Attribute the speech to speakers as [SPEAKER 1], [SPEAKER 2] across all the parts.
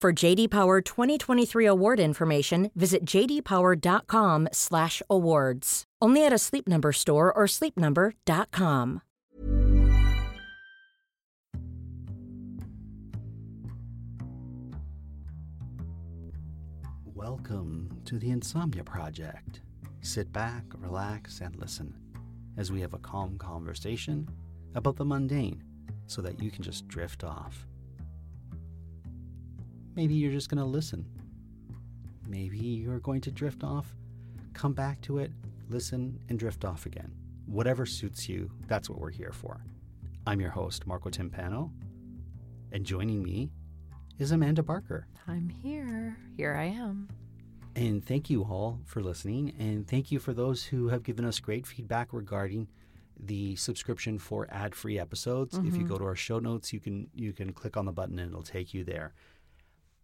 [SPEAKER 1] For JD Power 2023 award information, visit jdpower.com/awards. Only at a Sleep Number store or sleepnumber.com.
[SPEAKER 2] Welcome to the Insomnia Project. Sit back, relax, and listen as we have a calm conversation about the mundane so that you can just drift off. Maybe you're just going to listen. Maybe you're going to drift off, come back to it, listen, and drift off again. Whatever suits you, that's what we're here for. I'm your host, Marco Timpano, and joining me is Amanda Barker.
[SPEAKER 3] I'm here. Here I am.
[SPEAKER 2] And thank you all for listening. And thank you for those who have given us great feedback regarding the subscription for ad-free episodes. If you go to our show notes, you can you can click on the button and it'll take you there.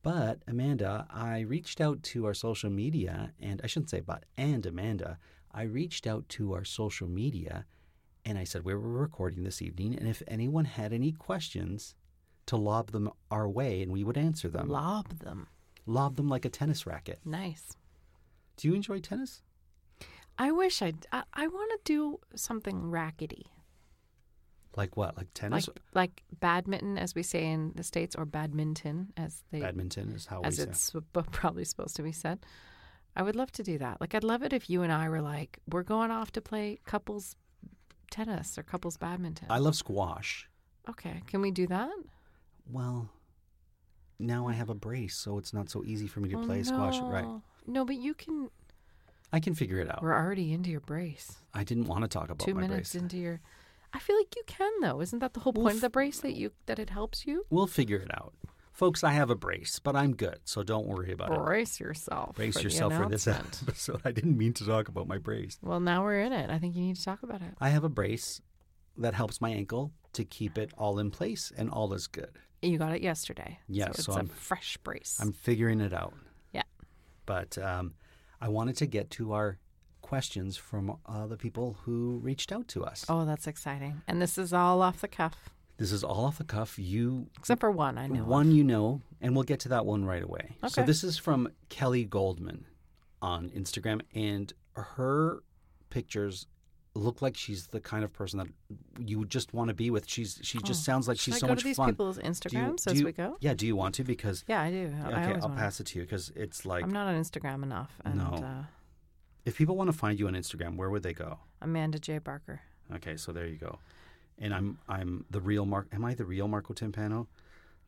[SPEAKER 2] But Amanda, I reached out to our social media and I shouldn't say but and Amanda, I reached out to our social media and I said we were recording this evening and if anyone had any questions to lob them our way and we would answer them.
[SPEAKER 3] Lob them.
[SPEAKER 2] lob them like a tennis racket.
[SPEAKER 3] Nice.
[SPEAKER 2] Do you enjoy tennis?
[SPEAKER 3] I wish I'd, I. I want to do something rackety,
[SPEAKER 2] Like what? Like tennis?
[SPEAKER 3] like like badminton, as we say in the states, or badminton, as they
[SPEAKER 2] Badminton is how we
[SPEAKER 3] as
[SPEAKER 2] say.
[SPEAKER 3] it's sup- probably supposed to be said. I would love to do that. Like I'd love it if you and I were like, we're going off to play couples tennis or couples badminton.
[SPEAKER 2] I love squash.
[SPEAKER 3] okay, can we do that?
[SPEAKER 2] Well, now I have a brace, so it's not so easy for me to
[SPEAKER 3] Oh,
[SPEAKER 2] play squash. Right.
[SPEAKER 3] no. No, but you can.
[SPEAKER 2] I can figure it out.
[SPEAKER 3] We're already into your brace.
[SPEAKER 2] I didn't want to talk about
[SPEAKER 3] two
[SPEAKER 2] my
[SPEAKER 3] minutes
[SPEAKER 2] brace.
[SPEAKER 3] into your i feel like you can though isn't that the whole
[SPEAKER 2] Well,
[SPEAKER 3] point
[SPEAKER 2] f-
[SPEAKER 3] of the brace that you that it helps you
[SPEAKER 2] We'll figure it out. Folks, I have a brace, but I'm good, so don't worry about it.
[SPEAKER 3] brace yourself
[SPEAKER 2] Brace
[SPEAKER 3] for the
[SPEAKER 2] yourself for this
[SPEAKER 3] announcement.
[SPEAKER 2] episode. I didn't mean to talk about my brace.
[SPEAKER 3] well now we're in it i think you need to talk about it
[SPEAKER 2] I have a brace that helps my ankle to keep it all in place and all is good.
[SPEAKER 3] you got it yesterday
[SPEAKER 2] Yeah,
[SPEAKER 3] so it's
[SPEAKER 2] so
[SPEAKER 3] a
[SPEAKER 2] I'm-
[SPEAKER 3] fresh brace
[SPEAKER 2] I'm figuring it out.
[SPEAKER 3] yeah
[SPEAKER 2] But um, I wanted to get to our questions from uh, the people who reached out to us.
[SPEAKER 3] oh that's exciting and this is all off the cuff
[SPEAKER 2] This is all off the cuff. You
[SPEAKER 3] except for one i know of.
[SPEAKER 2] one you know, and we'll get to that one right away. So
[SPEAKER 3] Okay.
[SPEAKER 2] this is from Kelly Goldman on Instagram, and her pictures look like she's the kind of person that you would just want to be with. She's she just
[SPEAKER 3] Oh.
[SPEAKER 2] sounds like
[SPEAKER 3] Should
[SPEAKER 2] she's so
[SPEAKER 3] I go to
[SPEAKER 2] much
[SPEAKER 3] these
[SPEAKER 2] fun.
[SPEAKER 3] people's
[SPEAKER 2] Do you-
[SPEAKER 3] Instagrams
[SPEAKER 2] do
[SPEAKER 3] as
[SPEAKER 2] you-
[SPEAKER 3] we go?
[SPEAKER 2] Yeah, do you want to? Because
[SPEAKER 3] yeah i do I
[SPEAKER 2] okay,
[SPEAKER 3] always
[SPEAKER 2] I'll
[SPEAKER 3] wanna-
[SPEAKER 2] pass it to you because it's like
[SPEAKER 3] i'm not on instagram enough and
[SPEAKER 2] No.
[SPEAKER 3] uh,
[SPEAKER 2] if people want to find you on Instagram, where would they go?
[SPEAKER 3] amanda j barker
[SPEAKER 2] Okay, so there you go. And I'm I'm the real Mark. Am I the real Marco Timpano?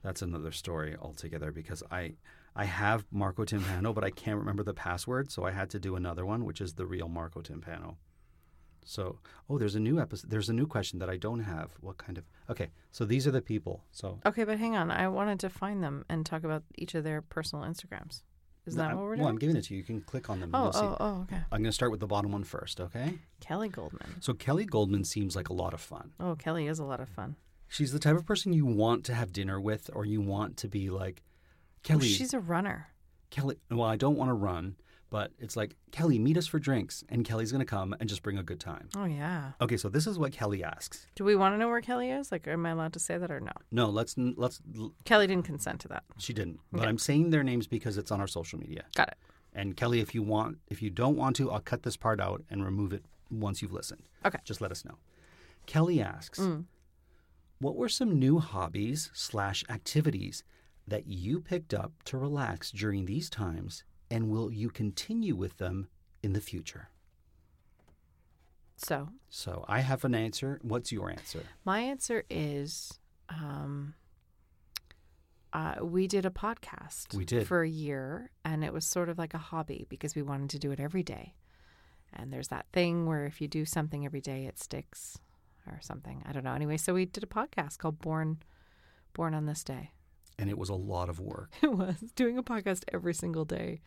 [SPEAKER 2] That's another story altogether because I I have Marco Timpano, but I can't remember the password, so I had to do another one, which is the real Marco Timpano. So oh, there's a new episode. There's a new question that I don't have. What kind of? Okay, so these are the people. So
[SPEAKER 3] okay but hang on i wanted to find them and talk about each of their personal instagrams is that
[SPEAKER 2] I'm-
[SPEAKER 3] what we're doing
[SPEAKER 2] Well, I'm giving it to you. You can click on them.
[SPEAKER 3] Oh,
[SPEAKER 2] and you'll see.
[SPEAKER 3] oh, oh, okay.
[SPEAKER 2] I'm going to start with the bottom one first. Okay.
[SPEAKER 3] Kelly Goldman.
[SPEAKER 2] So Kelly Goldman seems like a lot of fun.
[SPEAKER 3] Oh, Kelly is a lot of fun.
[SPEAKER 2] She's the type of person you want to have dinner with, or you want to be like,
[SPEAKER 3] Oh,
[SPEAKER 2] Kelly,
[SPEAKER 3] she's a runner.
[SPEAKER 2] Kelly. Well, I don't want to run, but it's like Kelly, meet us for drinks, and Kelly's gonna come and just bring a good time.
[SPEAKER 3] Oh, yeah.
[SPEAKER 2] Okay, so this is what Kelly asks.
[SPEAKER 3] Do we want to know where Kelly is? Like, am I allowed to say that or no?
[SPEAKER 2] No, let's n- let's. l-
[SPEAKER 3] Kelly didn't consent to that.
[SPEAKER 2] She didn't, but
[SPEAKER 3] Okay.
[SPEAKER 2] I'm saying their names because it's on our social media.
[SPEAKER 3] Got it.
[SPEAKER 2] And Kelly, if you want, if you don't want to, I'll cut this part out and remove it once you've listened.
[SPEAKER 3] Okay.
[SPEAKER 2] Just let us know. Kelly asks,
[SPEAKER 3] Mm.
[SPEAKER 2] "What were some new hobbies slash activities that you picked up to relax during these times, and will you continue with them in the future?
[SPEAKER 3] So
[SPEAKER 2] So I have an answer. What's your answer?
[SPEAKER 3] my answer is, um, uh, we did a podcast.
[SPEAKER 2] We did.
[SPEAKER 3] for a year, and it was sort of like a hobby because we wanted to do it every day. And there's that thing where if you do something every day, it sticks, or something. I don't know. Anyway, so we did a podcast called Born, Born on This Day.
[SPEAKER 2] And it was a lot of work.
[SPEAKER 3] it was doing a podcast every single day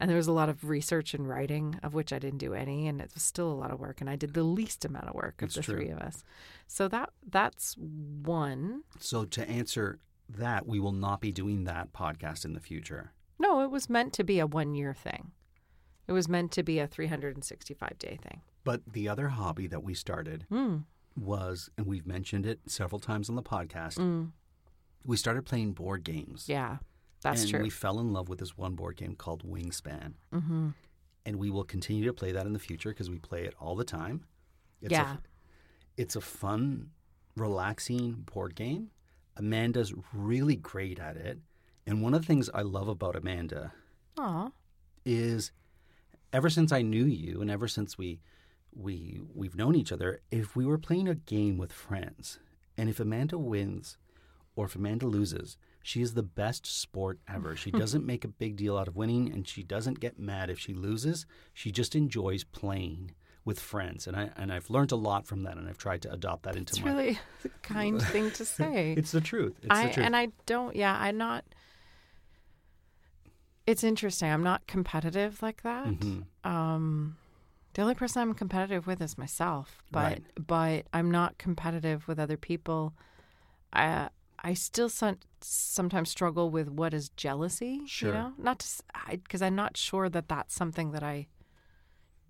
[SPEAKER 3] and there was a lot of research and writing of which i didn't do any and it was still a lot of work and i did the least amount of work of
[SPEAKER 2] It's
[SPEAKER 3] the
[SPEAKER 2] true.
[SPEAKER 3] three of us so that that's one
[SPEAKER 2] So to answer that, we will not be doing that podcast in the future.
[SPEAKER 3] no it was meant to be a one year thing it was meant to be a 365 day thing
[SPEAKER 2] But the other hobby that we started
[SPEAKER 3] Hmm.
[SPEAKER 2] was, and we've mentioned it several times on the podcast, we started playing board games.
[SPEAKER 3] Mm. yeah that's
[SPEAKER 2] and
[SPEAKER 3] true
[SPEAKER 2] We fell in love with this one board game called Wingspan. Mm-hmm. And we will continue to play that in the future because we play it all the time. It's
[SPEAKER 3] Yeah.
[SPEAKER 2] A, it's a fun, relaxing board game. Amanda's really great at it. And one of the things I love about Amanda
[SPEAKER 3] Aw.
[SPEAKER 2] is ever since I knew you and ever since we we we've known each other, if we were playing a game with friends and if Amanda wins or if Amanda loses, she is the best sport ever. She doesn't make a big deal out of winning and she doesn't get mad if she loses. She just enjoys playing with friends. And I and I've learned a lot from that and I've tried to adopt that
[SPEAKER 3] it's
[SPEAKER 2] into my
[SPEAKER 3] really a kind thing to say
[SPEAKER 2] It's the truth. It's
[SPEAKER 3] I,
[SPEAKER 2] the truth.
[SPEAKER 3] And I don't, yeah, I'm not. It's interesting. I'm not competitive like that.
[SPEAKER 2] Mm-hmm.
[SPEAKER 3] Um, the only person I'm competitive with is myself, but
[SPEAKER 2] Right.
[SPEAKER 3] but I'm not competitive with other people. I I still some, sometimes struggle with what is jealousy.
[SPEAKER 2] Sure.
[SPEAKER 3] You know? Not to because I'm not sure that that's something that I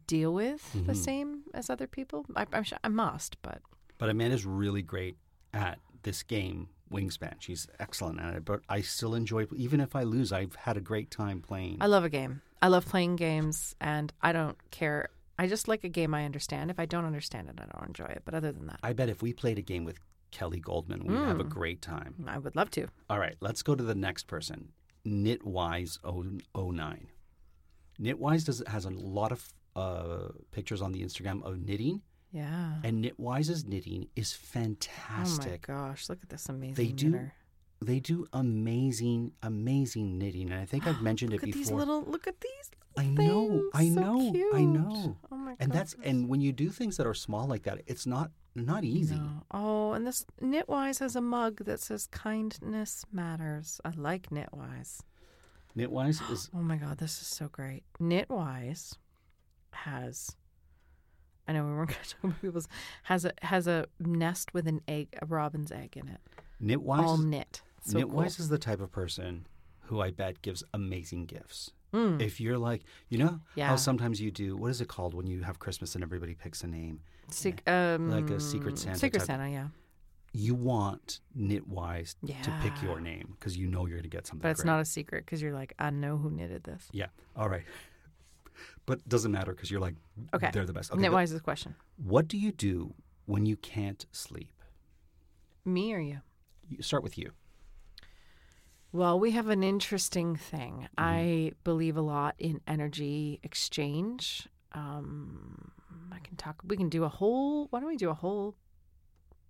[SPEAKER 3] deal with
[SPEAKER 2] Mm-hmm.
[SPEAKER 3] the same as other people. I, I'm sure I must, but
[SPEAKER 2] But Amanda's really great at this game, Wingspan. She's excellent at it, but I still enjoy, even if I lose, I've had a great time playing.
[SPEAKER 3] I love a game. I love playing games, and I don't care. I just like a game I understand. If I don't understand it, I don't enjoy it. But other than that,
[SPEAKER 2] I bet if we played a game with Kelly Goldman, we'd have a
[SPEAKER 3] Hmm.
[SPEAKER 2] great time.
[SPEAKER 3] I would love to.
[SPEAKER 2] All right, let's go to the next person, Knitwise09. Knitwise does, has a lot of uh, pictures on the Instagram of knitting,
[SPEAKER 3] Yeah.
[SPEAKER 2] and Knitwise's knitting is
[SPEAKER 3] Oh my
[SPEAKER 2] fantastic.
[SPEAKER 3] gosh! Look at this amazing.
[SPEAKER 2] They do
[SPEAKER 3] knitter.
[SPEAKER 2] They do amazing, amazing knitting, and I think I've mentioned
[SPEAKER 3] Look
[SPEAKER 2] it
[SPEAKER 3] at
[SPEAKER 2] before.
[SPEAKER 3] these little. Look at these.
[SPEAKER 2] I know,
[SPEAKER 3] things.
[SPEAKER 2] I
[SPEAKER 3] So
[SPEAKER 2] know, I
[SPEAKER 3] cute.
[SPEAKER 2] know.
[SPEAKER 3] Oh my
[SPEAKER 2] And that's
[SPEAKER 3] gosh.
[SPEAKER 2] and when you do things that are small like that, it's not not easy.
[SPEAKER 3] No. Oh, and this Knitwise has a mug that says "Kindness Matters." I like Knitwise.
[SPEAKER 2] Knitwise is
[SPEAKER 3] Oh my god, this is so great. Knitwise has I know we weren't going to talk about people's has a has a nest with an egg a robin's egg in it.
[SPEAKER 2] Knitwise.
[SPEAKER 3] All
[SPEAKER 2] is-
[SPEAKER 3] knit. So cool.
[SPEAKER 2] Knitwise is the type of person who I bet gives amazing gifts.
[SPEAKER 3] Mm.
[SPEAKER 2] If you're like, you know,
[SPEAKER 3] Yeah.
[SPEAKER 2] how sometimes you do. What is it called when you have Christmas and everybody picks a name?
[SPEAKER 3] Sec- um,
[SPEAKER 2] Like a Secret Santa
[SPEAKER 3] Secret
[SPEAKER 2] type.
[SPEAKER 3] Santa, yeah.
[SPEAKER 2] You want Knitwise to pick
[SPEAKER 3] Yeah.
[SPEAKER 2] your name because you know you're going to get something.
[SPEAKER 3] But it's
[SPEAKER 2] great.
[SPEAKER 3] not a secret because you're like, I know who knitted this.
[SPEAKER 2] Yeah. All right. But doesn't matter because you're like,
[SPEAKER 3] Okay.
[SPEAKER 2] they're the best. Okay, the-
[SPEAKER 3] Knitwise is the question.
[SPEAKER 2] What do you do when you can't sleep?
[SPEAKER 3] Me or you?
[SPEAKER 2] You start with you.
[SPEAKER 3] Well, we have an interesting
[SPEAKER 2] Mm-hmm.
[SPEAKER 3] thing. I believe a lot in energy exchange. Um, I can talk. We can do a whole. Why don't we do a whole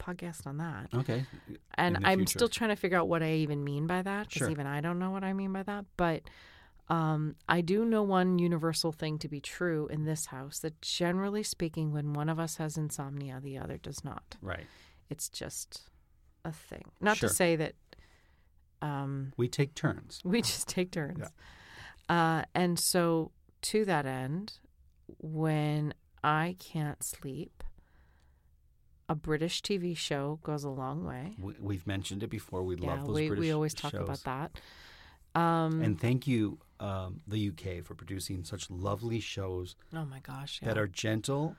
[SPEAKER 3] podcast on that?
[SPEAKER 2] Okay.
[SPEAKER 3] And
[SPEAKER 2] in the
[SPEAKER 3] I'm
[SPEAKER 2] future.
[SPEAKER 3] still trying to figure out what I even mean by that because
[SPEAKER 2] Sure.
[SPEAKER 3] even I don't know what I mean by that. But um, I do know one universal thing to be true in this house that generally speaking, when one of us has insomnia, the other does not
[SPEAKER 2] Right.
[SPEAKER 3] it's just a thing. Not
[SPEAKER 2] Sure.
[SPEAKER 3] to say that um,
[SPEAKER 2] We take turns.
[SPEAKER 3] we just take turns. Uh, and so, to that end, when I can't sleep, a British TV show goes a long way.
[SPEAKER 2] We, we've mentioned it before. We
[SPEAKER 3] yeah,
[SPEAKER 2] love those
[SPEAKER 3] we,
[SPEAKER 2] British
[SPEAKER 3] we always talk
[SPEAKER 2] shows.
[SPEAKER 3] about that. Um,
[SPEAKER 2] And thank you, um, the UK, for producing such lovely shows
[SPEAKER 3] oh my gosh, yeah,
[SPEAKER 2] that are gentle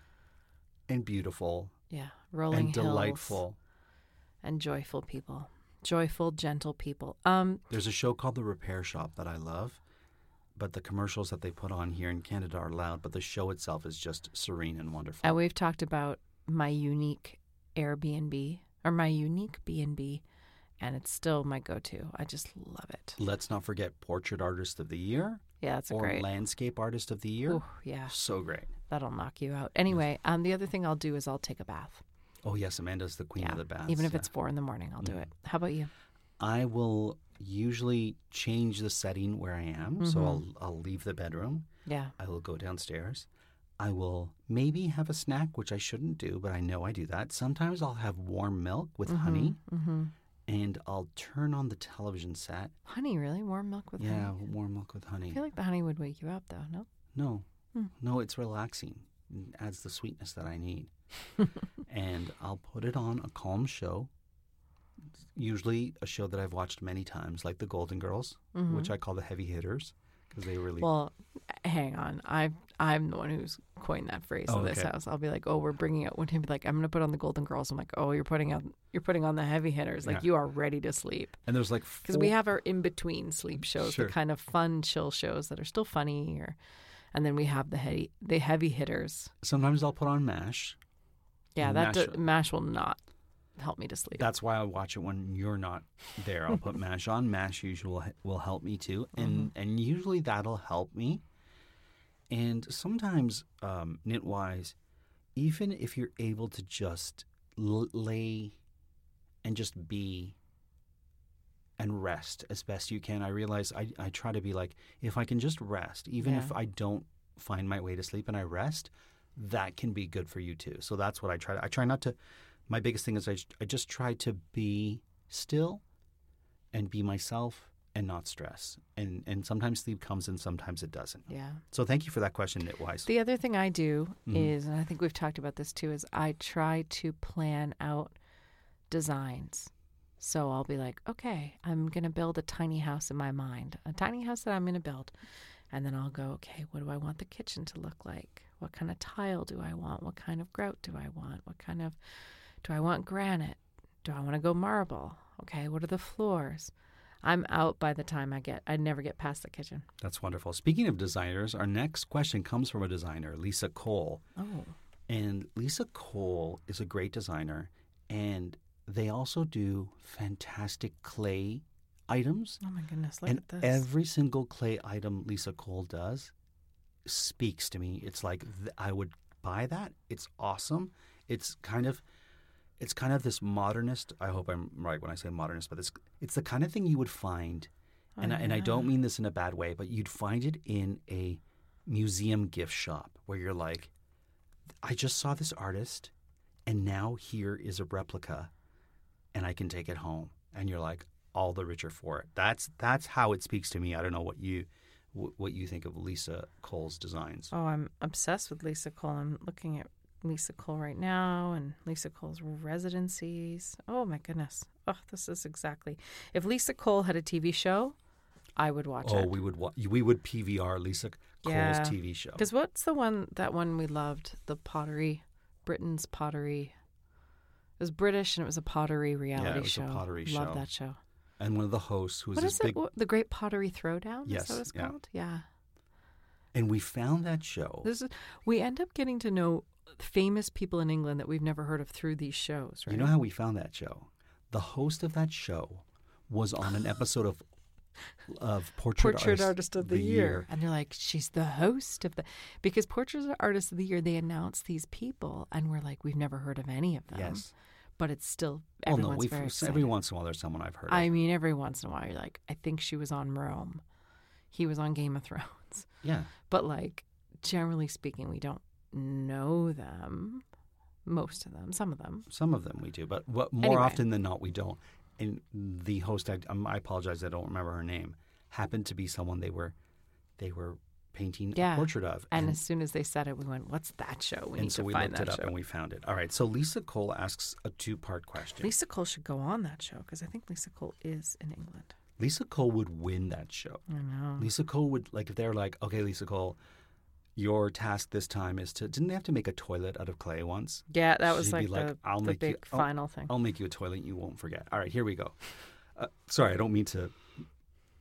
[SPEAKER 2] and beautiful
[SPEAKER 3] yeah, rolling
[SPEAKER 2] and
[SPEAKER 3] hills
[SPEAKER 2] delightful.
[SPEAKER 3] and joyful people, joyful, gentle people. Um,
[SPEAKER 2] There's a show called The Repair Shop that I love, but the commercials that they put on here in Canada are loud, but the show itself is just serene and wonderful.
[SPEAKER 3] And Uh, we've talked about my unique Airbnb or my unique B&B and it's still my go-to. I just love it.
[SPEAKER 2] Let's not forget Portrait Artist of the Year
[SPEAKER 3] Yeah, that's a
[SPEAKER 2] or
[SPEAKER 3] great.
[SPEAKER 2] Landscape Artist of the Year.
[SPEAKER 3] Ooh, yeah,
[SPEAKER 2] So great.
[SPEAKER 3] that'll knock you out. Anyway, um, the other thing I'll do is I'll take a bath.
[SPEAKER 2] Oh, yes, Amanda's the queen
[SPEAKER 3] yeah,
[SPEAKER 2] of the baths.
[SPEAKER 3] even if
[SPEAKER 2] yeah. Mm-hmm.
[SPEAKER 3] it's four in the morning, I'll do it. How about you?
[SPEAKER 2] I will usually change the setting where I am.
[SPEAKER 3] Mm-hmm.
[SPEAKER 2] So I'll, I'll leave the bedroom.
[SPEAKER 3] Yeah,
[SPEAKER 2] I will go downstairs. I will maybe have a snack, which I shouldn't do, but I know I do that. Sometimes I'll have warm milk with honey
[SPEAKER 3] mm-hmm.
[SPEAKER 2] and I'll turn on the television set.
[SPEAKER 3] honey, really warm milk with
[SPEAKER 2] yeah,
[SPEAKER 3] honey.
[SPEAKER 2] warm milk with honey.
[SPEAKER 3] I feel like the honey would wake you up though. No,
[SPEAKER 2] No,
[SPEAKER 3] Hmm.
[SPEAKER 2] no, it's relaxing. It adds the sweetness that I need. and I'll put it on a calm show, usually a show that I've watched many times, like The Golden Girls, which I call the heavy hitters because they really.
[SPEAKER 3] Mm-hmm. well, hang on. I I'm the one who's coined that phrase
[SPEAKER 2] Oh,
[SPEAKER 3] in this
[SPEAKER 2] okay.
[SPEAKER 3] house. I'll be like, oh, we're bringing out. When he'd be like, I'm gonna put on the Golden Girls. I'm like, oh, you're putting out. You're putting on the heavy hitters. Like
[SPEAKER 2] Yeah.
[SPEAKER 3] you are ready to sleep.
[SPEAKER 2] and there's like
[SPEAKER 3] because we
[SPEAKER 2] four-
[SPEAKER 3] have our in between sleep shows,
[SPEAKER 2] Sure.
[SPEAKER 3] the kind of fun, chill shows that are still funny, or and then we have the heavy, the heavy hitters.
[SPEAKER 2] Sometimes I'll put on Mash.
[SPEAKER 3] Yeah, that
[SPEAKER 2] Mash-
[SPEAKER 3] mash, mash will not help me to sleep.
[SPEAKER 2] That's why I watch it when you're not there. I'll put Mash on. Mash usually will, will help me too, and
[SPEAKER 3] Mm-hmm.
[SPEAKER 2] and usually that'll help me. And sometimes um, knitwise, even if you're able to just l- lay and just be and rest as best you can, I realize I I try to be like if I can just rest, even
[SPEAKER 3] Yeah.
[SPEAKER 2] if I don't find my way to sleep and I rest, that can be good for you too. So that's what I try. To, I try not to. My biggest thing is I, I just try to be still and be myself and not stress. And and sometimes sleep comes and sometimes it doesn't.
[SPEAKER 3] yeah.
[SPEAKER 2] So thank you for that question, Knitwise.
[SPEAKER 3] The other thing I do
[SPEAKER 2] Mhm.
[SPEAKER 3] is, and I think we've talked about this too, is I try to plan out designs. So I'll be like, okay, I'm going to build a tiny house in my mind, a tiny house that I'm going to build. And then I'll go, okay, what do I want the kitchen to look like? What kind of tile do I want? What kind of grout do I want? What kind of, do I want granite? Do I want to go marble? Okay, what are the floors? I'm out by the time I get, I never get past the kitchen.
[SPEAKER 2] That's wonderful. Speaking of designers, our next question comes from a designer, Lisa Cole.
[SPEAKER 3] Oh.
[SPEAKER 2] And Lisa Cole is a great designer, and they also do fantastic clay items.
[SPEAKER 3] Oh my goodness, look
[SPEAKER 2] and
[SPEAKER 3] at this.
[SPEAKER 2] every single clay item Lisa Cole does speaks to me. It's like th- I would buy that. It's awesome. It's kind of it's kind of this modernist. I hope I'm right when I say modernist, but it's it's the kind of thing you would find,
[SPEAKER 3] Oh,
[SPEAKER 2] and I, and I don't
[SPEAKER 3] yeah.
[SPEAKER 2] mean this in a bad way, but you'd find it in a museum gift shop where you're like, I just saw this artist, and now here is a replica, and I can take it home, and you're like all the richer for it. That's that's how it speaks to me. I don't know what you wh- what you think of Lisa Cole's designs.
[SPEAKER 3] Oh, I'm obsessed with Lisa Cole. I'm looking at Lisa Cole right now and Lisa Cole's residencies. Oh my goodness. Oh, this is exactly. If Lisa Cole had a TV show, I would watch
[SPEAKER 2] oh,
[SPEAKER 3] it.
[SPEAKER 2] we would wa- we would PVR Lisa Cole's
[SPEAKER 3] Yeah.
[SPEAKER 2] TV show.
[SPEAKER 3] Because what's the one that one we loved? The pottery, Britain's pottery. It was British and it was a pottery reality
[SPEAKER 2] it was a
[SPEAKER 3] show.
[SPEAKER 2] pottery show.
[SPEAKER 3] Love that show.
[SPEAKER 2] and one of the hosts who was
[SPEAKER 3] What
[SPEAKER 2] this
[SPEAKER 3] is
[SPEAKER 2] big
[SPEAKER 3] it? What- The Great Pottery Throwdown.
[SPEAKER 2] Yes,
[SPEAKER 3] Is that what it's
[SPEAKER 2] yeah.
[SPEAKER 3] called? Yeah.
[SPEAKER 2] and we found that show
[SPEAKER 3] This is. We end up getting to know famous people in England that we've never heard of through these shows. Right?
[SPEAKER 2] you know how we found that show the host of that show was on an episode of of portrait,
[SPEAKER 3] portrait artist of the, year. and they're like she's the host of the because portrait artist of the year they announce these people and we're like we've never heard of any of them
[SPEAKER 2] yes
[SPEAKER 3] but it's still
[SPEAKER 2] oh
[SPEAKER 3] Um, everyone's
[SPEAKER 2] no we've
[SPEAKER 3] very
[SPEAKER 2] s-
[SPEAKER 3] excited.
[SPEAKER 2] every once in a while there's someone i've heard
[SPEAKER 3] i
[SPEAKER 2] of
[SPEAKER 3] mean every once in a while you're like i think she was on rome he was on game of thrones
[SPEAKER 2] yeah
[SPEAKER 3] but like generally speaking we don't know them most of them some of them
[SPEAKER 2] some of them we do but what, more
[SPEAKER 3] Anyway.
[SPEAKER 2] often than not we don't and the host I, um, I apologize i don't remember her name happened to be someone they were they were painting
[SPEAKER 3] Yeah.
[SPEAKER 2] a portrait of
[SPEAKER 3] and, as soon as they said it we went what's that show we need
[SPEAKER 2] and so
[SPEAKER 3] to
[SPEAKER 2] we
[SPEAKER 3] find
[SPEAKER 2] looked
[SPEAKER 3] that
[SPEAKER 2] it up
[SPEAKER 3] show
[SPEAKER 2] and we found it all right so lisa cole asks a two-part question
[SPEAKER 3] lisa cole should go on that show because i think lisa cole is in england
[SPEAKER 2] lisa cole would win that show
[SPEAKER 3] i know
[SPEAKER 2] Lisa Cole would like if they were like, okay, Lisa Cole, your task this time is to. Didn't they have to make a toilet out of clay once?
[SPEAKER 3] Yeah, that was
[SPEAKER 2] She'd
[SPEAKER 3] like,
[SPEAKER 2] be like,
[SPEAKER 3] the,
[SPEAKER 2] I'll
[SPEAKER 3] the
[SPEAKER 2] make you-
[SPEAKER 3] big
[SPEAKER 2] I'll-
[SPEAKER 3] final thing.
[SPEAKER 2] I'll make you a toilet you won't forget. All right, here we go. Uh, sorry, I don't mean to.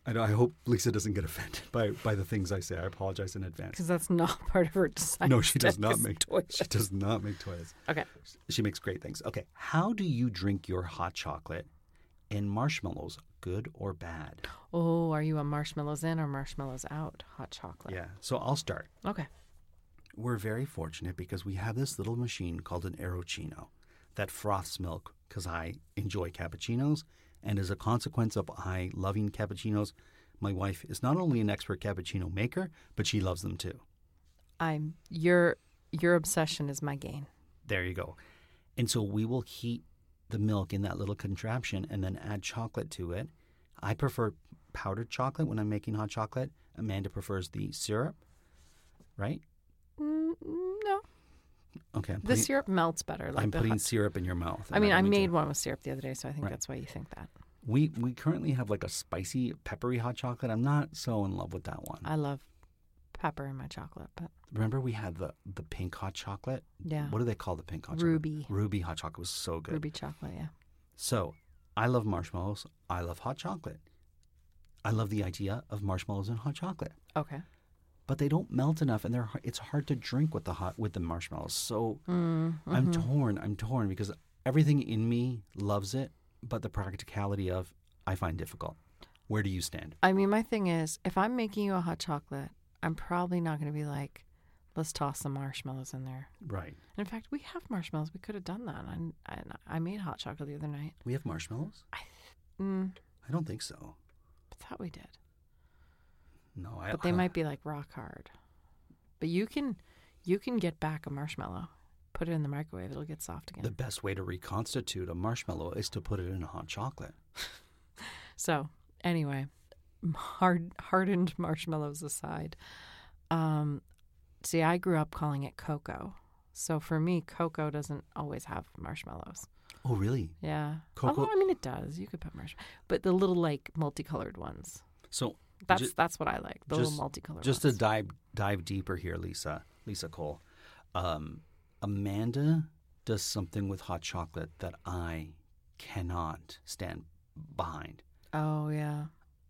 [SPEAKER 2] I know. I hope Lisa doesn't get offended by by the things I say. I apologize in advance.
[SPEAKER 3] Because that's not part of her design.
[SPEAKER 2] No, she does
[SPEAKER 3] spec
[SPEAKER 2] not
[SPEAKER 3] is
[SPEAKER 2] make
[SPEAKER 3] toilet.
[SPEAKER 2] She does not make toilets.
[SPEAKER 3] Okay.
[SPEAKER 2] She makes great things. Okay, how do you drink your hot chocolate, and marshmallows, good or bad.
[SPEAKER 3] Oh, are you a marshmallows in or marshmallows out? Hot chocolate.
[SPEAKER 2] Yeah. So I'll start.
[SPEAKER 3] Okay.
[SPEAKER 2] We're very fortunate because we have this little machine called an Aerochino that froths milk because I enjoy cappuccinos. And as a consequence of I loving cappuccinos, my wife is not only an expert cappuccino maker, but she loves them too.
[SPEAKER 3] I'm your your obsession is my gain.
[SPEAKER 2] There you go. And so we will heat the milk in that little contraption and then add chocolate to it. I prefer powdered chocolate when I'm making hot chocolate. Amanda prefers the syrup, right?
[SPEAKER 3] Mm, no,
[SPEAKER 2] Okay. I'm
[SPEAKER 3] the
[SPEAKER 2] putting-
[SPEAKER 3] syrup melts better. Like
[SPEAKER 2] I'm
[SPEAKER 3] the
[SPEAKER 2] putting
[SPEAKER 3] hot-
[SPEAKER 2] syrup in your mouth.
[SPEAKER 3] I mean, I
[SPEAKER 2] don't
[SPEAKER 3] made
[SPEAKER 2] to-
[SPEAKER 3] one with syrup the other day, so I think
[SPEAKER 2] Right.
[SPEAKER 3] that's why you think that.
[SPEAKER 2] We we currently have like a spicy, peppery hot chocolate. I'm not so in love with that one.
[SPEAKER 3] I love pepper in my chocolate, but
[SPEAKER 2] Remember we had the the pink hot chocolate.
[SPEAKER 3] Yeah.
[SPEAKER 2] What do they call the pink hot
[SPEAKER 3] Ruby.
[SPEAKER 2] chocolate? Ruby. Ruby hot chocolate was so good.
[SPEAKER 3] ruby chocolate, yeah.
[SPEAKER 2] So I love marshmallows. I love hot chocolate. I love the idea of marshmallows and hot chocolate,
[SPEAKER 3] Okay.
[SPEAKER 2] but they don't melt enough, and they're har- it's hard to drink with the hot with the marshmallows. So
[SPEAKER 3] Mm-hmm.
[SPEAKER 2] I'm torn. I'm torn because everything in me loves it, but the practicality of I find difficult. Where do you stand?
[SPEAKER 3] I mean, my thing is, if I'm making you a hot chocolate, I'm probably not going to be like, let's toss some marshmallows in there.
[SPEAKER 2] Right.
[SPEAKER 3] And in fact, we have marshmallows. We could have done that. And and I made hot chocolate the other night.
[SPEAKER 2] We have marshmallows?
[SPEAKER 3] I th- mm,
[SPEAKER 2] I don't think so.
[SPEAKER 3] I thought we did,
[SPEAKER 2] No, I
[SPEAKER 3] but they
[SPEAKER 2] I-
[SPEAKER 3] might be like rock hard. But you can, you can get back a marshmallow, put it in the microwave. It'll get soft again.
[SPEAKER 2] uh, The best way to reconstitute a marshmallow is to put it in hot chocolate.
[SPEAKER 3] So anyway, hard hardened marshmallows aside, um, see, I grew up calling it cocoa. So for me, cocoa doesn't always have marshmallows.
[SPEAKER 2] Oh, really?
[SPEAKER 3] Yeah,
[SPEAKER 2] Cocoa-
[SPEAKER 3] Although, I mean, it does. You could put marshmallows, but the little like multicolored ones.
[SPEAKER 2] So
[SPEAKER 3] That's
[SPEAKER 2] ju-
[SPEAKER 3] that's what I like. The
[SPEAKER 2] just-
[SPEAKER 3] little multicolored.
[SPEAKER 2] Just
[SPEAKER 3] ones.
[SPEAKER 2] to dive dive deeper here, Lisa, Lisa Cole, um, Amanda does something with hot chocolate that I cannot stand behind.
[SPEAKER 3] Oh yeah.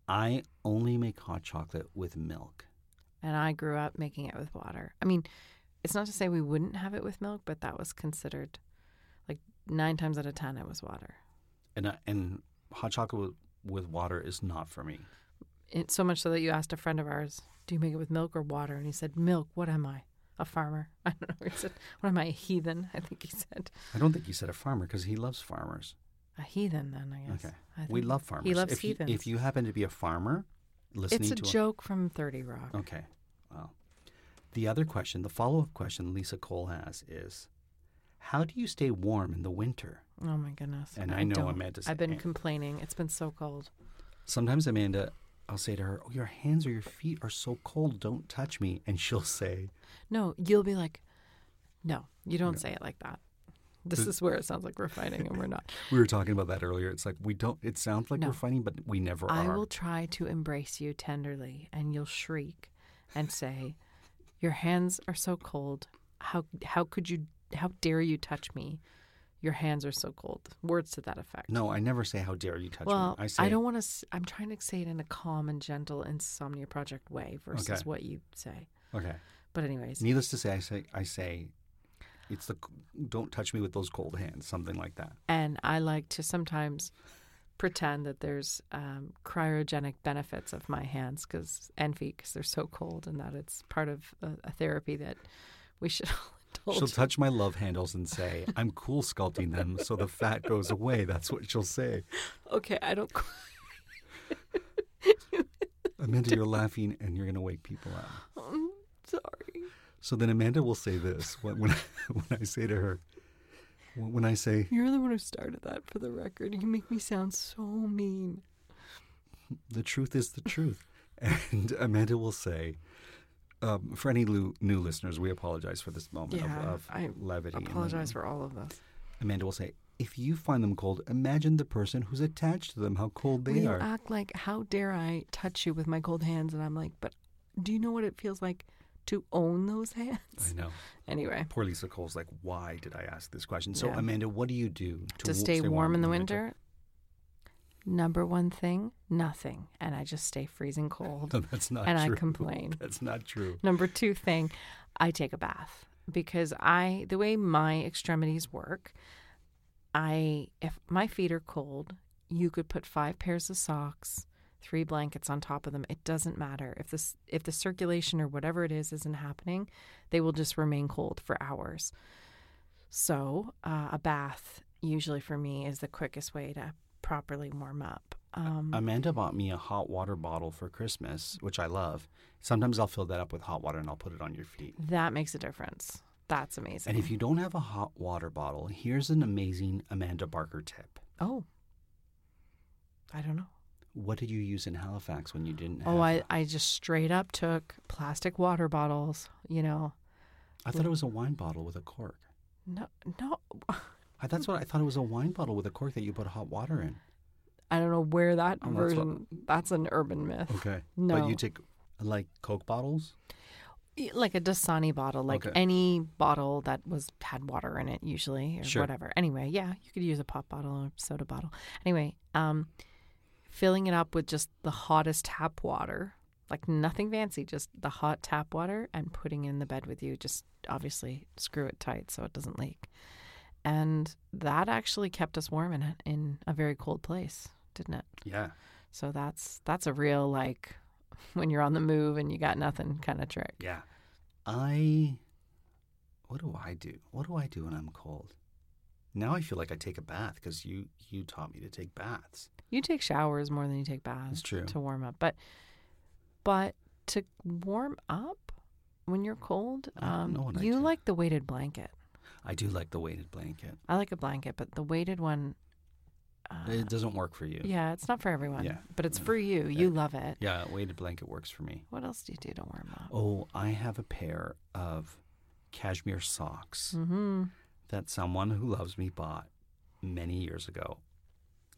[SPEAKER 2] I only make hot chocolate with milk.
[SPEAKER 3] And I grew up making it with water. I mean, it's not to say we wouldn't have it with milk, but that was considered like nine times out of ten it was water.
[SPEAKER 2] and I, and hot chocolate with, with water is not for me.
[SPEAKER 3] It, so much so that you asked a friend of ours, "Do you make it with milk or water?" And he said, "Milk. What am I? A farmer? I don't know." He said, "What am I? A heathen?" I think he said,
[SPEAKER 2] I don't think he said a farmer because he loves farmers.
[SPEAKER 3] "A heathen." Then I guess.
[SPEAKER 2] Okay,
[SPEAKER 3] I
[SPEAKER 2] we
[SPEAKER 3] think
[SPEAKER 2] love farmers.
[SPEAKER 3] He loves
[SPEAKER 2] if you,
[SPEAKER 3] heathens.
[SPEAKER 2] if you happen to be a farmer, listening
[SPEAKER 3] it's a
[SPEAKER 2] to
[SPEAKER 3] joke from Thirty Rock.
[SPEAKER 2] okay, well, the other question, the follow up question Lisa Cole has is, how do you stay warm in the winter?
[SPEAKER 3] Oh my goodness.
[SPEAKER 2] And I know
[SPEAKER 3] don't.
[SPEAKER 2] Amanda's
[SPEAKER 3] I've been
[SPEAKER 2] hand.
[SPEAKER 3] complaining. It's been so cold.
[SPEAKER 2] Sometimes Amanda, I'll say to her, "Oh, your hands or your feet are so cold. Don't touch me," and she'll say,
[SPEAKER 3] No, you'll be like, "No, you don't say it like that." This is where it sounds like we're fighting and we're not.
[SPEAKER 2] "We were talking about that earlier. It's like we don't. It sounds like
[SPEAKER 3] No.
[SPEAKER 2] we're fighting, but we never
[SPEAKER 3] I
[SPEAKER 2] are."
[SPEAKER 3] will try to embrace you tenderly, and you'll shriek and say, "Your hands are so cold. How how could you? How dare you touch me? Your hands are so cold." Words to that effect.
[SPEAKER 2] No, I never say, "How dare you touch
[SPEAKER 3] Well,
[SPEAKER 2] me." I
[SPEAKER 3] I,
[SPEAKER 2] say,
[SPEAKER 3] don't want to. I'm trying to say it in a calm and gentle insomnia project way versus
[SPEAKER 2] Okay.
[SPEAKER 3] what you say.
[SPEAKER 2] Okay.
[SPEAKER 3] But anyways,
[SPEAKER 2] Needless to say, I say, I say, it's the c- don't touch me with those cold hands, something like that.
[SPEAKER 3] and I like to sometimes pretend that there's um, cryogenic benefits of my hands because and feet because they're so cold, and that it's part of a, a therapy that we should all
[SPEAKER 2] She'll
[SPEAKER 3] indulge.
[SPEAKER 2] touch my love handles and say, "I'm cool sculpting them, so the fat goes away." That's what she'll say.
[SPEAKER 3] okay, I don't.
[SPEAKER 2] Amanda, you're laughing, and you're going to wake people up.
[SPEAKER 3] I'm sorry.
[SPEAKER 2] So then Amanda will say this when when I, when I say to her, when when I say,
[SPEAKER 3] You're the one who started that. For the record, you make me sound so mean.
[SPEAKER 2] the truth is the truth. And Amanda will say, um, for any lu- new listeners, we apologize for this moment
[SPEAKER 3] Yeah,
[SPEAKER 2] of, of
[SPEAKER 3] I
[SPEAKER 2] levity. and-
[SPEAKER 3] Apologize for all of this.
[SPEAKER 2] Amanda will say, if you find them cold, imagine the person who's attached to them, how cold they
[SPEAKER 3] you
[SPEAKER 2] are.
[SPEAKER 3] act like, how dare I touch you with my cold hands? And I'm like, but do you know what it feels like to own those
[SPEAKER 2] I
[SPEAKER 3] hands?
[SPEAKER 2] know.
[SPEAKER 3] Anyway,
[SPEAKER 2] Poor Lisa Cole's like, why did I ask this question? So,
[SPEAKER 3] Yeah.
[SPEAKER 2] Amanda, what do you do
[SPEAKER 3] to, stay, warm, in the winter, number one thing, nothing. And I just stay freezing cold.
[SPEAKER 2] No, that's not
[SPEAKER 3] and
[SPEAKER 2] true.
[SPEAKER 3] I complain.
[SPEAKER 2] That's not true.
[SPEAKER 3] Number two thing, I take a bath because I the way my extremities work, I if my feet are cold, you could put five pairs of socks, three blankets on top of them. It doesn't matter if this if the circulation or whatever it is isn't happening, they will just remain cold for hours. So uh, a bath usually for me is the quickest way to properly warm up. Um,
[SPEAKER 2] Amanda bought me a hot water bottle for Christmas, which I love. Sometimes I'll fill that up with hot water and I'll put it on your feet.
[SPEAKER 3] that makes a difference. That's amazing.
[SPEAKER 2] And if you don't have a hot water bottle, here's an amazing Amanda Barker tip.
[SPEAKER 3] oh, I don't know.
[SPEAKER 2] What did you use in Halifax when you didn't have
[SPEAKER 3] Oh, I, I just straight up took plastic water bottles, you know.
[SPEAKER 2] I thought it was a wine bottle with a cork.
[SPEAKER 3] No, no.
[SPEAKER 2] I, that's what I thought it was a wine bottle with a cork that you put hot water in.
[SPEAKER 3] I don't know where that
[SPEAKER 2] Oh, that's what-
[SPEAKER 3] version. That's, an urban myth. No.
[SPEAKER 2] But you take like Coke bottles?
[SPEAKER 3] Y- E, like a Dasani bottle, like
[SPEAKER 2] Okay.
[SPEAKER 3] any bottle that was had water in it, usually or
[SPEAKER 2] Sure.
[SPEAKER 3] whatever. Anyway, yeah, you could use a pop bottle or soda bottle. Anyway, um, filling it up with just the hottest tap water, like nothing fancy, just the hot tap water, and putting it in the bed with you. Just obviously screw it tight so it doesn't leak, and that actually kept us warm in in a very cold place, didn't it?
[SPEAKER 2] Yeah.
[SPEAKER 3] So that's that's a real like when you're on the move and you got nothing kind of trick.
[SPEAKER 2] Yeah. I. What do I do? What do I do when I'm cold? Now I feel like I take a bath because you you taught me to take baths.
[SPEAKER 3] You take showers more than you take baths.
[SPEAKER 2] That's true.
[SPEAKER 3] To warm up, but but to warm up when you're cold,
[SPEAKER 2] I don't know
[SPEAKER 3] um,
[SPEAKER 2] what I
[SPEAKER 3] you
[SPEAKER 2] do.
[SPEAKER 3] like the weighted blanket.
[SPEAKER 2] I do like the weighted blanket.
[SPEAKER 3] I like a blanket, but the weighted one. Uh,
[SPEAKER 2] It doesn't work for you.
[SPEAKER 3] yeah, it's not for everyone.
[SPEAKER 2] Yeah. Mm-hmm.
[SPEAKER 3] but it's for you. You love it.
[SPEAKER 2] Yeah, a weighted blanket works for me.
[SPEAKER 3] What else do you do to warm up?
[SPEAKER 2] Oh, I have a pair of cashmere socks
[SPEAKER 3] Mm-hmm.
[SPEAKER 2] that someone who loves me bought many years ago.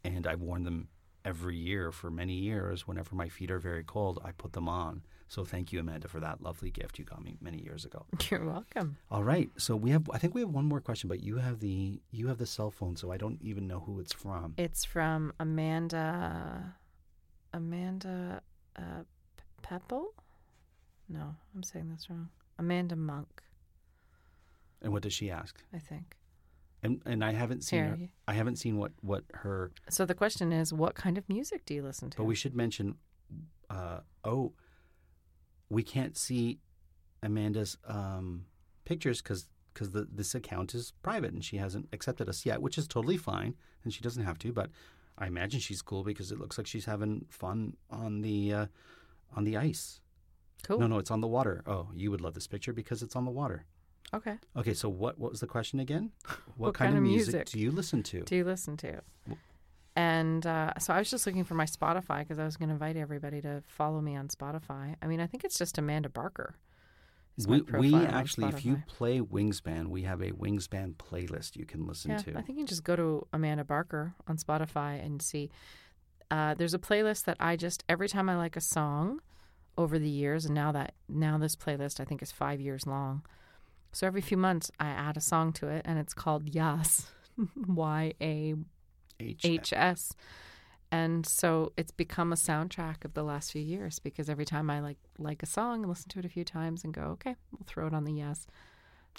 [SPEAKER 2] And I've worn them every year for many years. Whenever my feet are very cold, I put them on. So thank you, Amanda, for that lovely gift you got me many years ago.
[SPEAKER 3] You're welcome.
[SPEAKER 2] All right. So we have I think we have one more question, but you have the you have the cell phone, so I don't even know who it's from.
[SPEAKER 3] It's from Amanda. Amanda uh, P- Peppel? No, I'm saying this wrong. Amanda Monk,
[SPEAKER 2] And what does she ask?
[SPEAKER 3] I think.
[SPEAKER 2] And and I haven't seen her,
[SPEAKER 3] Here.
[SPEAKER 2] I haven't seen what what her
[SPEAKER 3] So the question is, what kind of music do you listen to?
[SPEAKER 2] But we should mention, uh, oh, we can't see Amanda's um, pictures because the, this account is private and she hasn't accepted us yet, which is totally fine, and she doesn't have to. But I imagine she's cool because it looks like she's having fun on the uh, on the ice.
[SPEAKER 3] cool.
[SPEAKER 2] No, no, it's on the water. Oh, you would love this picture because it's on the water.
[SPEAKER 3] Okay.
[SPEAKER 2] Okay, so what what was the question again? What,
[SPEAKER 3] What kind of music
[SPEAKER 2] do you listen to?
[SPEAKER 3] Do you listen to? And uh, so I was just looking for my Spotify because I was going to invite everybody to follow me on Spotify. I mean, I think it's just Amanda Barker. is my
[SPEAKER 2] we, we
[SPEAKER 3] profile on
[SPEAKER 2] actually, if you
[SPEAKER 3] Spotify.
[SPEAKER 2] play Wingspan, we have a Wingspan playlist you can listen
[SPEAKER 3] yeah,
[SPEAKER 2] to.
[SPEAKER 3] I think you can just go to Amanda Barker on Spotify and see. Uh, there's a playlist that I just every time I like a song over the years, and now that now this playlist I think is five years long. So every few months I add a song to it, and it's called Yas, Y A
[SPEAKER 2] H.
[SPEAKER 3] HS. And so it's become a soundtrack of the last few years because every time I like like a song and listen to it a few times and go, okay, we'll throw it on the Yes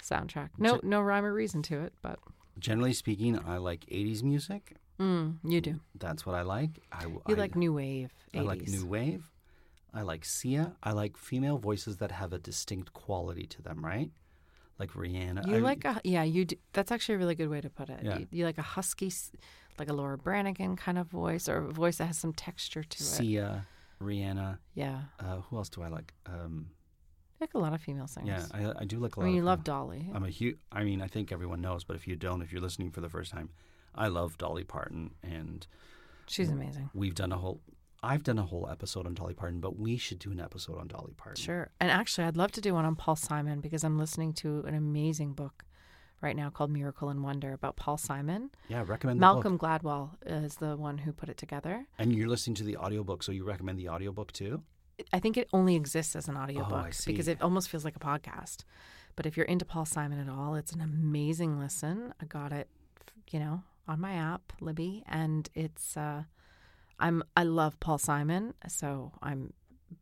[SPEAKER 3] soundtrack. No, no rhyme or reason to it, but
[SPEAKER 2] Generally speaking, I like 80s music.
[SPEAKER 3] mm, you do.
[SPEAKER 2] That's what I like. I,
[SPEAKER 3] You
[SPEAKER 2] I-
[SPEAKER 3] like new wave. 80s.
[SPEAKER 2] I like new wave. I like Sia. I like female voices that have a distinct quality to them, right? Like Rihanna.
[SPEAKER 3] You
[SPEAKER 2] I-
[SPEAKER 3] like a yeah. You do, that's actually a really good way to put it.
[SPEAKER 2] Yeah.
[SPEAKER 3] You, you like a husky, s- like a Laura Branigan kind of voice, or a voice that has some texture to it.
[SPEAKER 2] Sia, Rihanna.
[SPEAKER 3] Yeah,
[SPEAKER 2] Uh, who else do I like? Um,
[SPEAKER 3] like a lot of female
[SPEAKER 2] yeah,
[SPEAKER 3] singers.
[SPEAKER 2] I, I do like a
[SPEAKER 3] I
[SPEAKER 2] lot. of
[SPEAKER 3] mean, you
[SPEAKER 2] them. Um,
[SPEAKER 3] love Dolly.
[SPEAKER 2] I'm a huge. I mean, I think everyone knows, but if you don't, if you're listening for the first time, I love Dolly Parton, and
[SPEAKER 3] She's amazing.
[SPEAKER 2] we've done a whole. I've done a whole episode on Dolly Parton, but we should do an episode on Dolly Parton.
[SPEAKER 3] Sure. And actually, I'd love to do one on Paul Simon because I'm listening to an amazing book right now called Miracle and Wonder about Paul Simon.
[SPEAKER 2] Yeah, recommend the book.
[SPEAKER 3] Malcolm Gladwell is the one who put it together.
[SPEAKER 2] And you're listening to the audiobook, so you recommend the audiobook too?
[SPEAKER 3] I think it only exists as an audiobook because
[SPEAKER 2] see.
[SPEAKER 3] it almost feels like a podcast. But if you're into Paul Simon at all, it's an amazing listen. I got it, you know, on my app, Libby, and it's uh I'm I love Paul Simon, so I'm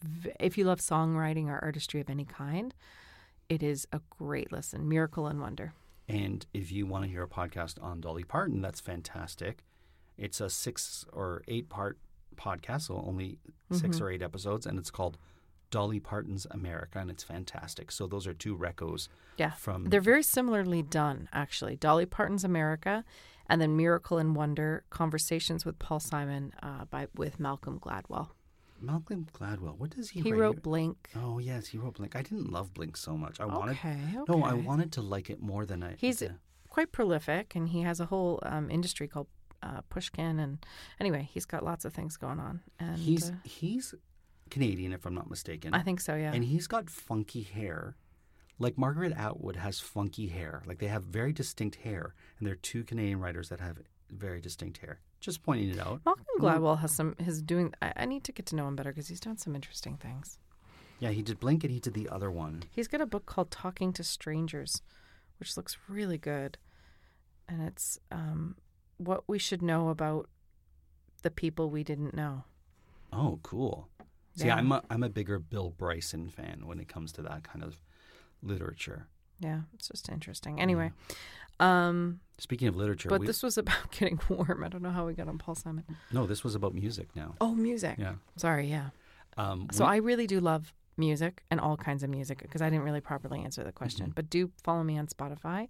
[SPEAKER 3] v- if you love songwriting or artistry of any kind, it is a great listen. Miracle and Wonder.
[SPEAKER 2] And if you want to hear a podcast on Dolly Parton, that's fantastic. It's a six or eight part podcast, so only 6
[SPEAKER 3] Mm-hmm.
[SPEAKER 2] or eight episodes, and it's called Dolly Parton's America, and it's fantastic. So those are two recos.
[SPEAKER 3] Yeah.
[SPEAKER 2] From
[SPEAKER 3] They're very similarly done, actually. Dolly Parton's America and then Miracle and Wonder Conversations with Paul Simon uh, by with Malcolm Gladwell.
[SPEAKER 2] Malcolm Gladwell. What does he?
[SPEAKER 3] He
[SPEAKER 2] rate
[SPEAKER 3] wrote
[SPEAKER 2] it?
[SPEAKER 3] Blink.
[SPEAKER 2] Oh yes, he wrote Blink. I didn't love Blink so much. Oh, I wanted.
[SPEAKER 3] Okay,
[SPEAKER 2] No, I
[SPEAKER 3] okay.
[SPEAKER 2] wanted to like it more than I.
[SPEAKER 3] He's
[SPEAKER 2] yeah.
[SPEAKER 3] quite prolific and he has a whole um, industry called uh, Pushkin. And anyway, he's got lots of things going on. And
[SPEAKER 2] he's
[SPEAKER 3] uh,
[SPEAKER 2] he's Canadian, if I'm not mistaken.
[SPEAKER 3] I think so, yeah.
[SPEAKER 2] And he's got funky hair. Like Margaret Atwood has funky hair. Like they have very distinct hair, and there are two Canadian writers that have very distinct hair. Just pointing it out. Mm-hmm.
[SPEAKER 3] Malcolm Gladwell has some, his doing, I, I need to get to know him better because he's done some interesting things.
[SPEAKER 2] Yeah, he did Blink, and he did the other one.
[SPEAKER 3] He's got a book called Talking to Strangers, which looks really good. And it's um, what we should know about the people we didn't know.
[SPEAKER 2] Oh, cool. See,
[SPEAKER 3] Yeah.
[SPEAKER 2] I'm a, I'm a bigger Bill Bryson fan when it comes to that kind of literature.
[SPEAKER 3] Yeah, it's just interesting. Anyway, um,
[SPEAKER 2] Speaking of literature,
[SPEAKER 3] but
[SPEAKER 2] we,
[SPEAKER 3] this was about getting warm. I don't know how we got on Paul Simon.
[SPEAKER 2] no, this was about music now.
[SPEAKER 3] Oh, music.
[SPEAKER 2] Yeah.
[SPEAKER 3] Sorry, yeah.
[SPEAKER 2] Um,
[SPEAKER 3] So
[SPEAKER 2] we-
[SPEAKER 3] I really do love music and all kinds of music because I didn't really properly answer the question. But do follow me on Spotify.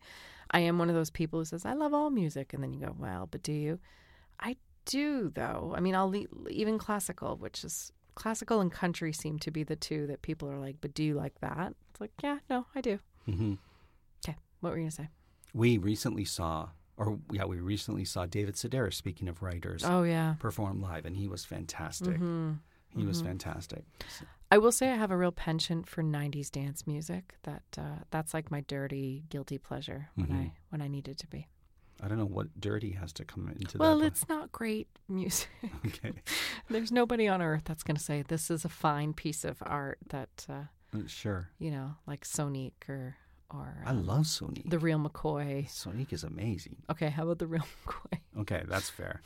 [SPEAKER 3] I am one of those people who says I love all music, and then you go, well, but do you? I do though. I mean, I'll le- even classical, which is classical and country seem to be the two that people are like, but do you like that? It's like, yeah, no, I do.
[SPEAKER 2] Mhm.
[SPEAKER 3] Okay, what were you gonna say?
[SPEAKER 2] we recently saw, or yeah, we recently saw David Sedaris. Speaking of writers,
[SPEAKER 3] Oh Mm-hmm. yeah.
[SPEAKER 2] perform live, and he was fantastic. He was fantastic.
[SPEAKER 3] I will say I have a real penchant for '90s dance music. That uh, that's like my dirty, guilty pleasure when
[SPEAKER 2] Mhm.
[SPEAKER 3] I when I need it to be.
[SPEAKER 2] I don't know what dirty has to come into
[SPEAKER 3] Well,
[SPEAKER 2] that.
[SPEAKER 3] it's not great music.
[SPEAKER 2] but- okay.
[SPEAKER 3] There's nobody on earth that's going to say this is a fine piece of art that uh,
[SPEAKER 2] Uh, Sure.
[SPEAKER 3] you know, like Sonique or or
[SPEAKER 2] I
[SPEAKER 3] um,
[SPEAKER 2] love Sonique.
[SPEAKER 3] the real McCoy.
[SPEAKER 2] Sonique is amazing.
[SPEAKER 3] Okay, how about the real McCoy
[SPEAKER 2] Okay, that's fair.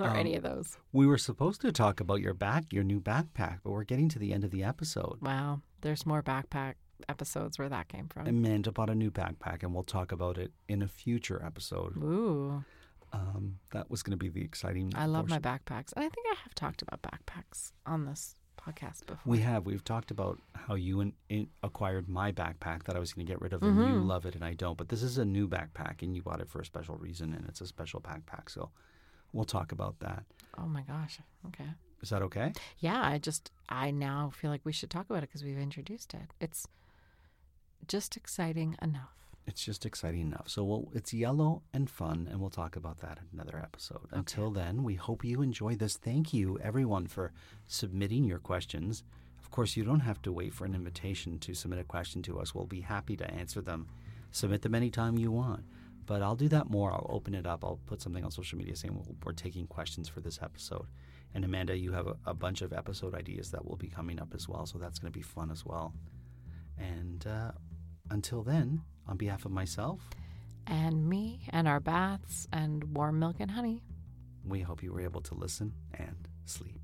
[SPEAKER 3] or
[SPEAKER 2] Um,
[SPEAKER 3] any of those?
[SPEAKER 2] We were supposed to talk about your back, your new backpack, but we're getting to the end of the episode.
[SPEAKER 3] Wow, there's more backpack episodes where that came from.
[SPEAKER 2] Amanda bought a new backpack, and we'll talk about it in a future episode.
[SPEAKER 3] Ooh,
[SPEAKER 2] Um, that was going to be the exciting.
[SPEAKER 3] I love
[SPEAKER 2] portion.
[SPEAKER 3] my backpacks, and I think I have talked about backpacks on this podcast before.
[SPEAKER 2] We have. We've talked about how you in, in, acquired my backpack that I was going to get rid of, and you love it, and I don't. But this is a new backpack, and you bought it for a special reason, and it's a special backpack. So we'll talk about that.
[SPEAKER 3] Oh my gosh. Okay.
[SPEAKER 2] Is that okay?
[SPEAKER 3] Yeah, I just I now feel like we should talk about it because we've introduced it. It's just exciting enough.
[SPEAKER 2] It's just exciting enough. So we'll, it's yellow and fun, and we'll talk about that in another episode. Until then, we hope you enjoy this. Thank you, everyone, for submitting your questions. Of course, you don't have to wait for an invitation to submit a question to us. We'll be happy to answer them. Submit them anytime you want. But I'll do that more. I'll open it up. I'll put something on social media saying we'll, we're taking questions for this episode. And Amanda, you have a, a bunch of episode ideas that will be coming up as well. So that's going to be fun as well. And uh, until then, on behalf of myself,
[SPEAKER 3] And me and our baths and warm milk and honey.
[SPEAKER 2] we hope you were able to listen and sleep.